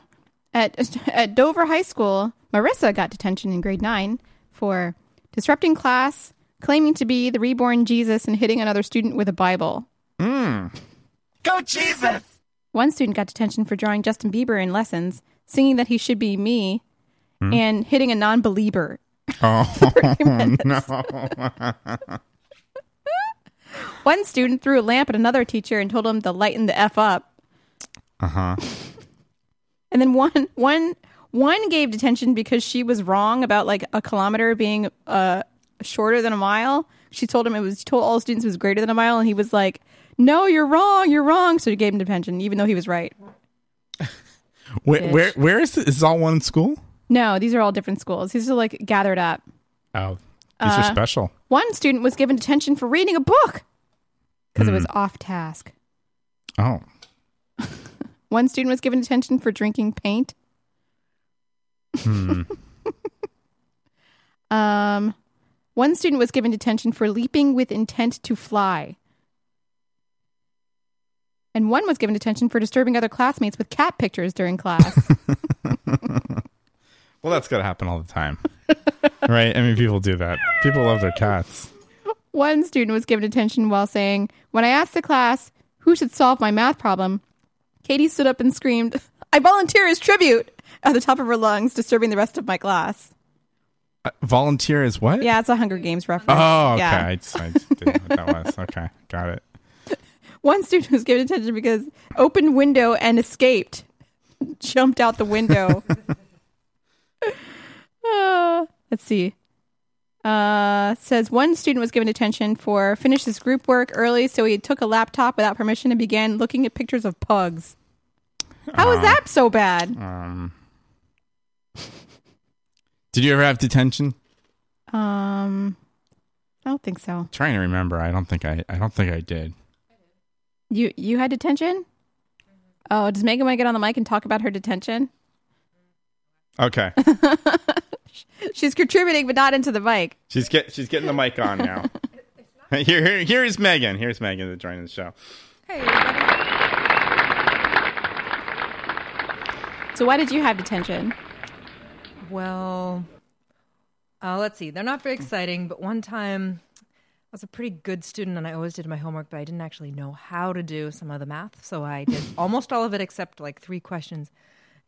at at Dover High School, Marissa got detention in grade nine for disrupting class, claiming to be the reborn Jesus, and hitting another student with a Bible. Mm. Go Jesus! One student got detention for drawing Justin Bieber in lessons, singing that he should be me, Hmm. and hitting a non-believer. Oh no. One student threw a lamp at another teacher and told him to lighten the f up. uh huh. And then one one one gave detention because she was wrong about like a kilometer being uh shorter than a mile she told him it was she told all students it was greater than a mile, and he was like, "No, you're wrong, you're wrong." So he gave him detention, even though he was right. Where, where where is this? Is this all one school? No, these are all different schools. These are like gathered up. Oh, these are Uh, special. One student was given detention for reading a book because it was off task. Oh, One student was given detention for drinking paint. hmm. Um, one student was given detention for leaping with intent to fly. And one was given detention for disturbing other classmates with cat pictures during class. well, that's gonna happen all the time, right? I mean, people do that. People love their cats. one student was given detention while saying, When I asked the class who should solve my math problem, Katie stood up and screamed, I volunteer as tribute at the top of her lungs, disturbing the rest of my class. Uh, volunteer is what? Yeah, it's a Hunger Games reference. Oh, okay. Yeah. I, just- I just didn't know what that was. Okay, got it. One student was given detention because opened window and escaped, jumped out the window. Uh, let's see. Uh, says one student was given detention for finished his group work early, so he took a laptop without permission and began looking at pictures of pugs. How is Uh, that so bad? Um, did you ever have detention? Um, I don't think so. trying to remember. I don't think I. I don't think I did. You you had detention? Oh, does Megan want to get on the mic and talk about her detention? Okay, She's contributing, but not into the mic. she's get she's getting the mic on now. here, here, here is Megan. Here's Megan that joined the show. So why did you have detention? Well, uh, let's see. They're not very Hmm. exciting, but one time I was a pretty good student and I always did my homework, but I didn't actually know how to do some of the math. So I did almost all of it except like three questions.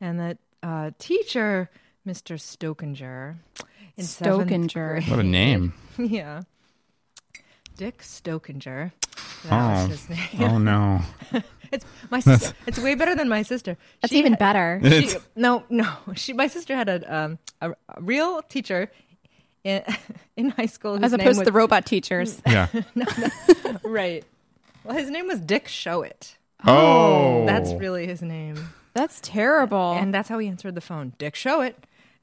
And the uh, teacher, Mr. Stokinger, in seventh Stokinger. grade- What a name. yeah. Dick Stokinger. Oh. That was his name. Oh, no. it's my That's- sister. It's way better than my sister. That's She even had- better. she- It's- no, no. She, my sister had a um, a, a real teacher in, in high school, whose As name opposed to was- the robot teachers. Yeah. No, no. right. Well, his name was Dick Showit. Oh. that's really his name. That's terrible. And that's how he answered the phone, Dick Showit.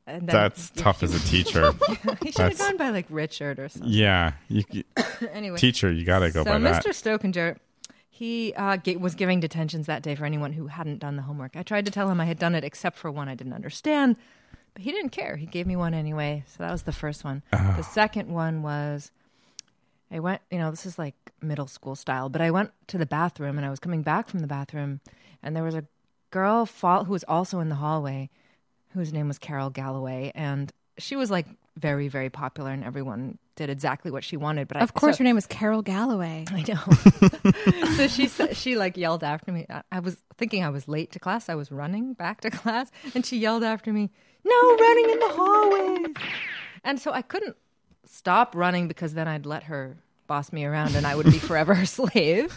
And then That's tough as a teacher. he should have That's- gone by like Richard or something. yeah. You, you- anyway, teacher, you got to go so by that. Mr. Stokinger, he uh, ga- was giving detentions that day for anyone who hadn't done the homework. I tried to tell him I had done it, except for one I didn't understand, but he didn't care. He gave me one anyway. So that was the first one. Ah. The second one was I went, you know, this is like middle school style, but I went to the bathroom and I was coming back from the bathroom, and there was a girl fall- who was also in the hallway whose name was Carol Galloway, and she was like very, very popular, and everyone did exactly what she wanted. But Of I, course, so- her name was Carol Galloway. I know. so she said, she like yelled after me. I- I was thinking I was late to class. I was running back to class, and she yelled after me, "No running in the hallways!" And so I couldn't stop running because then I'd let her boss me around, and I would be forever her slave.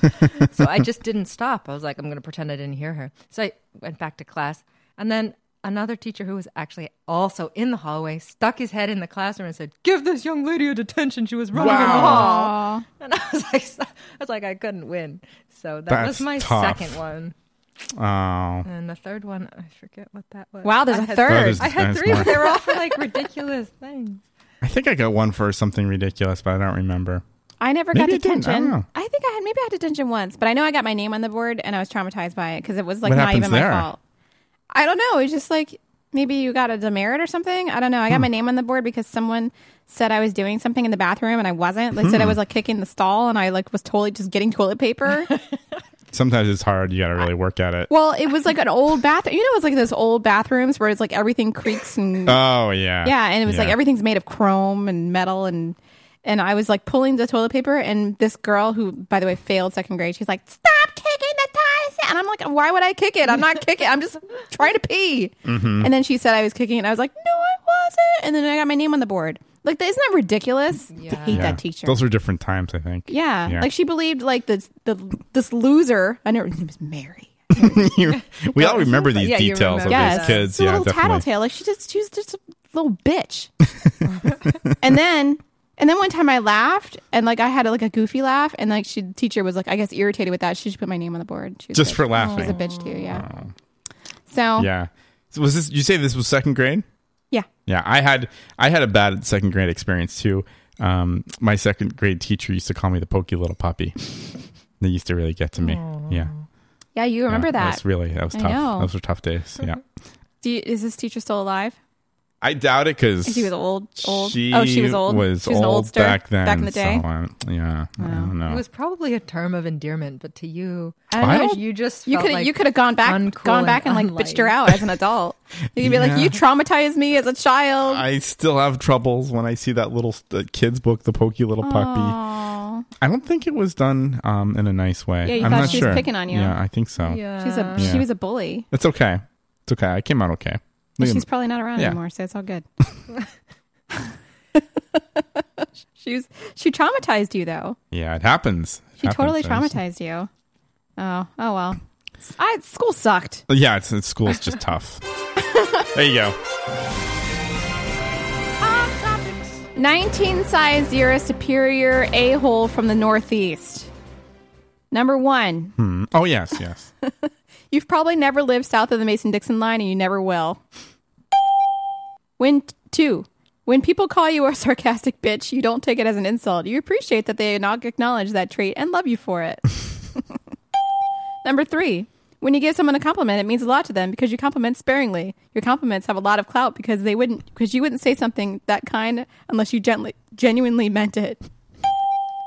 So I just didn't stop. I was like, "I'm going to pretend I didn't hear her." So I went back to class, and then. Another teacher who was actually also in the hallway stuck his head in the classroom and said, "Give this young lady a detention. She was running in the Wow. hall." And I was like, I was like, I couldn't win. So that That's was my tough. second one. Oh. And the third one, I forget what that was. Wow, there's I a had- third. Oh, there's- I had there's three, more. but they were all for like ridiculous things. I think I got one for something ridiculous, but I don't remember. I never Maybe I got didn't. I don't detention. know. I, think I had maybe I had detention once, but I know I got my name on the board and I was traumatized by it because it was like What not happens even there? my fault. I don't know. It was just like maybe you got a demerit or something. I don't know. I Hmm. got my name on the board because someone said I was doing something in the bathroom and I wasn't. They said I Hmm. was like kicking the stall and I like was totally just getting toilet paper. Sometimes it's hard. You got to really work at it. well, it was like an old bathroom. You know, it's like those old bathrooms where it's like everything creaks and Oh, yeah. Yeah, and it was like Yeah. everything's made of chrome and metal and and I was like pulling the toilet paper and this girl who by the way failed second grade, she's like, Stop kicking the toilet and I'm like, Why would I kick it? I'm not kicking I'm just trying to pee. Mhm. And then she said I was kicking it and I was like, No, I wasn't and then I got my name on the board. Like that- isn't that ridiculous? I hate Yeah. that teacher. Those were different times, I think. yeah. Like she believed like this the this loser I know her name was Mary. we all remember these Yeah, you details remember of that. these kids. She's a Yeah, little definitely. tattletale. Like she just she was just a little bitch. and then And then one time I laughed and like I had like a goofy laugh and like she the teacher was like I guess irritated with that she should put my name on the board. She was Just like, for "Oh, laughing." I was a bitch too. Yeah. So Yeah. So was this? You say this was second grade? Yeah. Yeah, I had I had a bad second grade experience too. Um, my second grade teacher used to call me the pokey little puppy. They used to really get to me. Yeah. yeah, you remember Yeah, that? That's really that was I tough. know. Those were tough days. Yeah. Do you, is this teacher still alive? I doubt it because She was old. Old. She oh, she was old. Was she was an old oldster back then. Back in the day. so, um, yeah. I don't know. It was probably a term of endearment, but to you, I don't I know. don't- you just you felt could like you could have gone back uncool gone and back and like bitched her out as an adult. You'd be Yeah. like, you traumatized me as a child. I still have troubles when I see that little uh, kids book, The Pokey Little Puppy. Aw. I don't think it was done um, in a nice way. Yeah, you I'm thought not she was sure. picking on you. Yeah, I think so. She's a Yeah. she was a bully. It's okay. It's okay. I came out okay. But Look at she's me. probably not around Yeah. anymore, so it's all good. she was she traumatized you though. Yeah, it happens. It She happens. totally There's- traumatized you. Oh, oh well. I school sucked. Yeah, it's, it's school's just tough. There you go. 19 size zero superior a hole from the northeast. Number one, Hmm. Oh yes, yes. you've probably never lived south of the Mason Dixon line and you never will. When two, when people call you a sarcastic bitch, you don't take it as an insult. You appreciate that they not acknowledge that trait and love you for it. Number three, when you give someone a compliment, it means a lot to them because you compliment sparingly. Your compliments have a lot of clout because they wouldn't because you wouldn't say something that kind unless you gently genuinely meant it.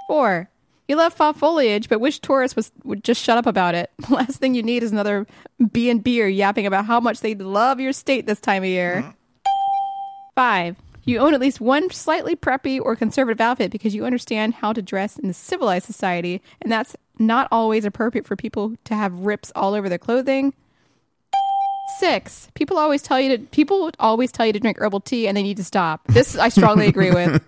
Four, you love fall foliage, but wish tourists was, would just shut up about it. The last thing you need is another B and B or yapping about how much they love your state this time of year. Five, you own at least one slightly preppy or conservative outfit because you understand how to dress in the civilized society, and that's not always appropriate for people to have rips all over their clothing. Six, people always tell you to people would always tell you to drink herbal tea, and they need to stop. This I strongly agree with.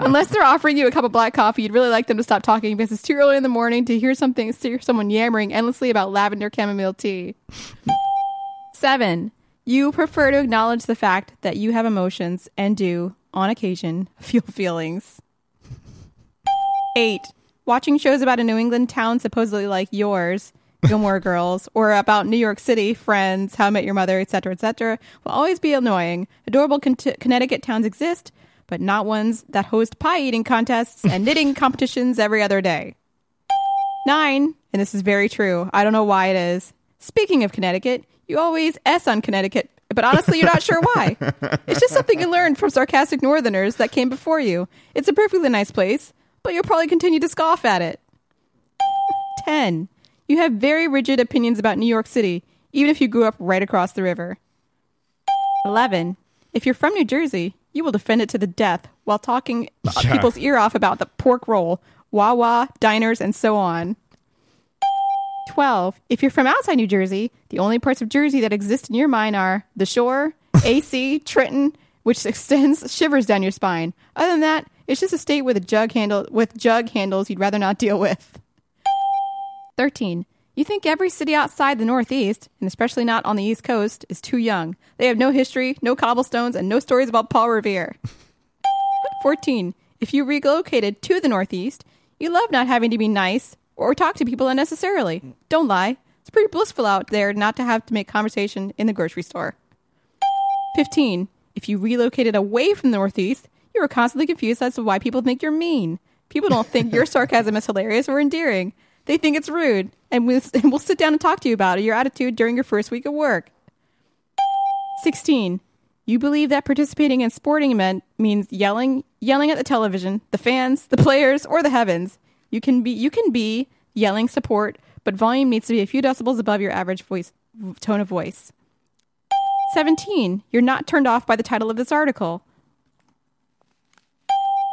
Unless they're offering you a cup of black coffee, you'd really like them to stop talking because it's too early in the morning to hear something, to hear someone yammering endlessly about lavender chamomile tea. Seven, you prefer to acknowledge the fact that you have emotions and do, on occasion, feel feelings. Eight, watching shows about a New England town supposedly like yours, Gilmore Girls, or about New York City, Friends, How I Met Your Mother, etc., etc., will always be annoying. Adorable Con- Connecticut towns exist, but not ones that host pie eating contests and knitting competitions every other day. Nine, and this is very true. I don't know why it is. Speaking of Connecticut, you always S on Connecticut, but honestly, you're not sure why. It's just something you learned from sarcastic Northerners that came before you. It's a perfectly nice place, but you'll probably continue to scoff at it. 10. You have very rigid opinions about New York City, even if you grew up right across the river. 11. If you're from New Jersey, you will defend it to the death while talking Yeah. people's ear off about the pork roll, Wawa, diners, and so on. 12. If you're from outside New Jersey, the only parts of Jersey that exist in your mind are the shore, AC, Trenton, which extends shivers down your spine. Other than that, it's just a state with a jug handle with jug handles you'd rather not deal with. 13. You think every city outside the Northeast, and especially not on the East Coast, is too young. They have no history, no cobblestones, and no stories about Paul Revere. 14. If you relocated to the Northeast, you love not having to be nice or talk to people unnecessarily. Don't lie. It's pretty blissful out there not to have to make conversation in the grocery store. 15. If you relocated away from the Northeast, you were constantly confused as to why people think you're mean. People don't think your sarcasm is hilarious or endearing. They think it's rude and we'll, and we'll sit down and talk to you about your attitude during your first week of work. 16. You believe that participating in sporting event means yelling, yelling at the television, the fans, the players, or the heavens. You can be you can be yelling support, but volume needs to be a few decibels above your average voice tone of voice. 17. You're not turned off by the title of this article.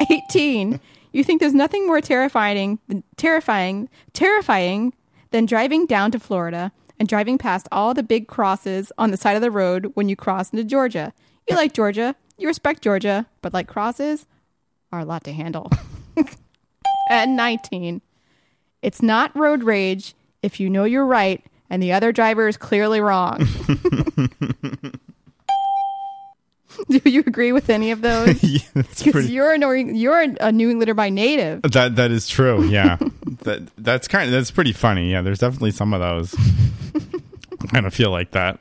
18. You think there's nothing more terrifying, terrifying, terrifying than driving down to Florida and driving past all the big crosses on the side of the road when you cross into Georgia. You like Georgia, you respect Georgia, but like crosses are a lot to handle. At 19. It's not road rage if you know you're right and the other driver is clearly wrong. Do you agree with any of those? Because you're a Nor- you're a New Englander by native. That that is true. Yeah, that that's kind of that's pretty funny. Yeah, there's definitely some of those. I kind of feel like that.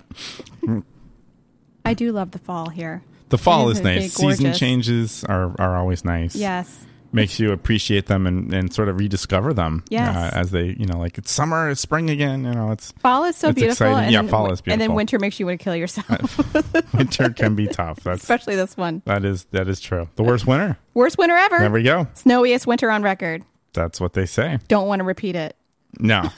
I do love the fall here. The fall is It really nice. Season gorgeous. changes are are always nice. Yes. makes you appreciate them and, and sort of rediscover them. Yes. uh, as they you know like it's summer, it's spring again. You know, it's Fall is so It's beautiful. exciting. And Yeah, then, fall is And then beautiful. winter makes you want to kill yourself, winter can be tough. That's especially this one. that is that is true. The worst winter. Worst winter ever. There we go. Snowiest winter on record. That's what they say. Don't want to repeat it. No,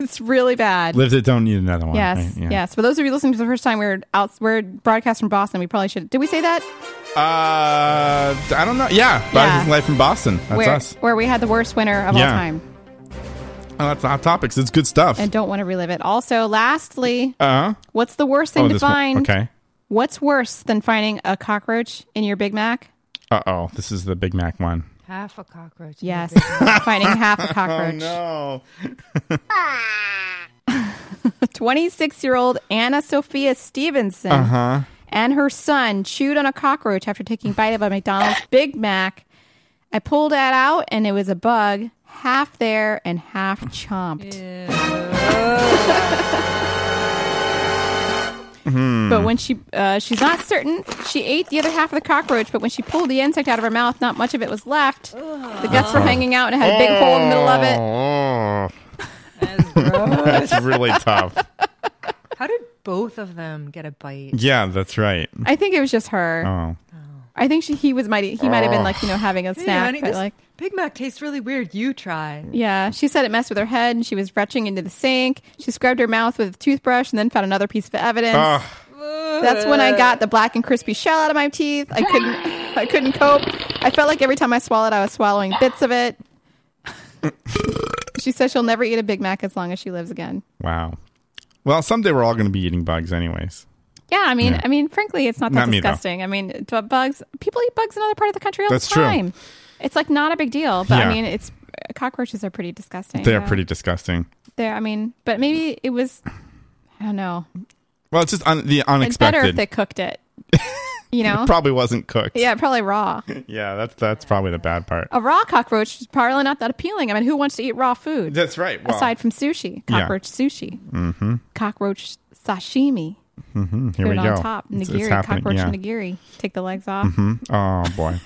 It's really bad. lives it don't need another one. yes, right? Yeah. yes. For those of you listening for the first time, we're out. We're broadcast from Boston. We probably should. Did we say that? Uh, I don't know. Yeah, Boston Life in Boston. That's where, us. Where we had the worst winter of all Yeah. time, Oh, that's hot topics. It's good stuff. and don't want to relive it. Also, lastly, Uh huh. what's the worst thing to find? Okay. What's worse than finding a cockroach in your Big Mac? Uh oh. This is the Big Mac one. Half a cockroach. Yes, finding half a cockroach. Oh, no. 26 year old Anna Sophia Stevenson Uh huh. and her son chewed on a cockroach after taking a bite of a McDonald's Big Mac. I pulled that out and it was a bug, half there and half chomped. But when she uh, she's not certain, she ate the other half of the cockroach. But when she pulled the insect out of her mouth, not much of it was left. The guts were hanging out and it had a big hole in the middle of Oh. it. it. that's really tough. How did both of them get a bite? Yeah, that's right. I think it was just her. Oh. I think she, he was mighty. He might have been like you know having a Oh. Hey, snack, honey, but this like Big Mac tastes really weird. You try. yeah, she said it messed with her head and she was retching into the sink. She scrubbed her mouth with a toothbrush and then found another piece of evidence. Ugh. That's when I got the black and crispy shell out of my teeth. I couldn't I couldn't cope. I felt like every time I swallowed I was swallowing bits of it. she says she'll never eat a Big Mac as long as she lives again. Wow. Well, someday we're all going to be eating bugs, anyways. Yeah, I mean, Yeah. I mean, frankly, it's not that Not me, though. disgusting. I mean, d- bugs. People eat bugs in other part of the country all That's the true. time. It's like not a big deal, but Yeah. I mean, it's uh, cockroaches are pretty disgusting. They're yeah. pretty disgusting. They're, I mean, but maybe it was. I don't know. Well, it's just un- the It's better if unexpected. they cooked it. You know. It probably wasn't cooked. Yeah, Oh. probably raw. Yeah, that's that's probably the bad part. A raw cockroach is probably not that appealing. I mean, who wants to eat raw food? That's right. Well, Aside from sushi, Yeah. cockroach sushi, Mm-hmm. cockroach sashimi. Mm-hmm. Here Put we it go. on top. Nigiri, It's- it's happening, cockroach yeah. nigiri. Take the legs off. hmm Oh boy.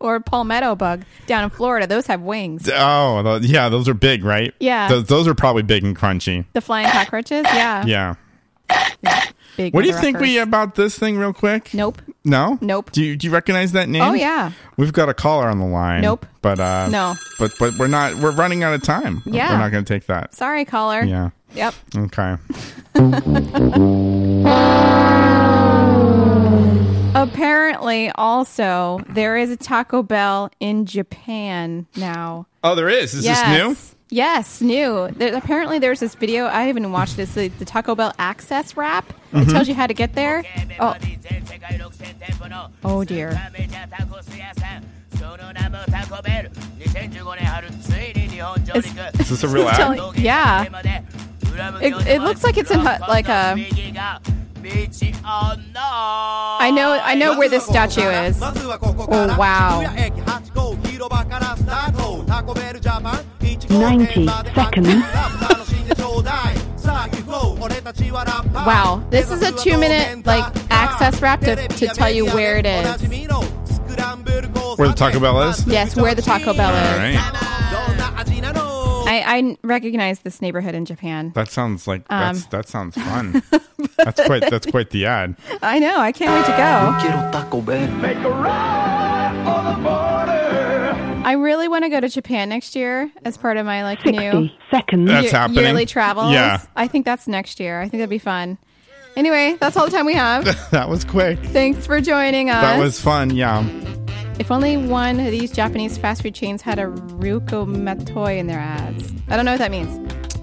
Or a palmetto bug down in Florida. Those have wings. oh tho- yeah, those are big, right? Yeah. Those, those are probably big and crunchy. The flying cockroaches? Yeah. Yeah. Big What do you think we uh, Hmm? motherfuckers. about this thing, real quick? Nope. No. Nope. Do you do you recognize that name? Oh, yeah. We've got a caller on the line. Nope. But uh, No. But but we're not. We're running out of time. Yeah. We're not going to take that. Sorry, caller. Yeah. Yep. Okay. Apparently, also, there is a Taco Bell in Japan now. Oh, there is. Is this Yes, new. There, apparently, there's this video. I haven't watched this. The, the Taco Bell Access wrap. It Mhm. tells you how to get there. Oh. oh, dear. Is this a real It's ad? telling- yeah. It, it looks like it's in hu- like uh, oh a. I know. I know where this statue is. Oh wow. 90 seconds. Wow. This is a two minute like access wrap to, to tell you where it is. new? Where the Taco Bell is? Yes, where the Taco Bell All is. right. I, I recognize this neighborhood in Japan. That sounds like Um. that's that sounds fun. that's quite that's quite the ad. I know. I can't wait to go. Taco Bell. I really want to go to Japan next year as part of my like new seconds. That's year- happening. yearly travels. Yeah. I think that's next year. I think that'd be fun. Anyway, that's all the time we have. that was quick. Thanks for joining us. That was fun. Yeah. If only one of these Japanese fast food chains had a Ryuko Matoi in their ads. I don't know what that means.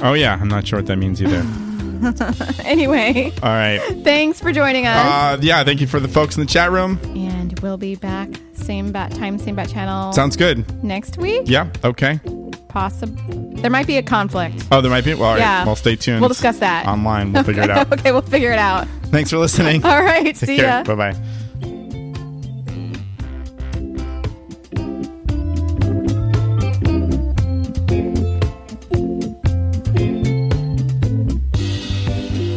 Oh yeah. I'm not sure what that means either. anyway, All right. thanks for joining us. Uh, yeah. Thank you for the folks in the chat room. and we'll be back same bat time, same bat channel. Sounds good. Next week? Yeah. Okay. Possible. There might be a conflict. Oh, there might be. Well, all right. Yeah. Well, stay tuned. We'll discuss that. online. We'll figure it out. okay, we'll figure it out. Thanks for listening. All right, see ya. Bye bye.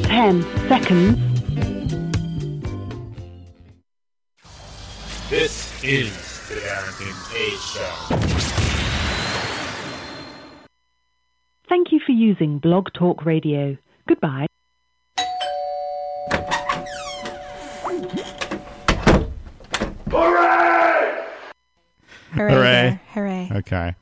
Ten seconds. This is the Darrington A Show. Thank you for using Blog Talk Radio. Goodbye. Hooray! Hooray. Okay.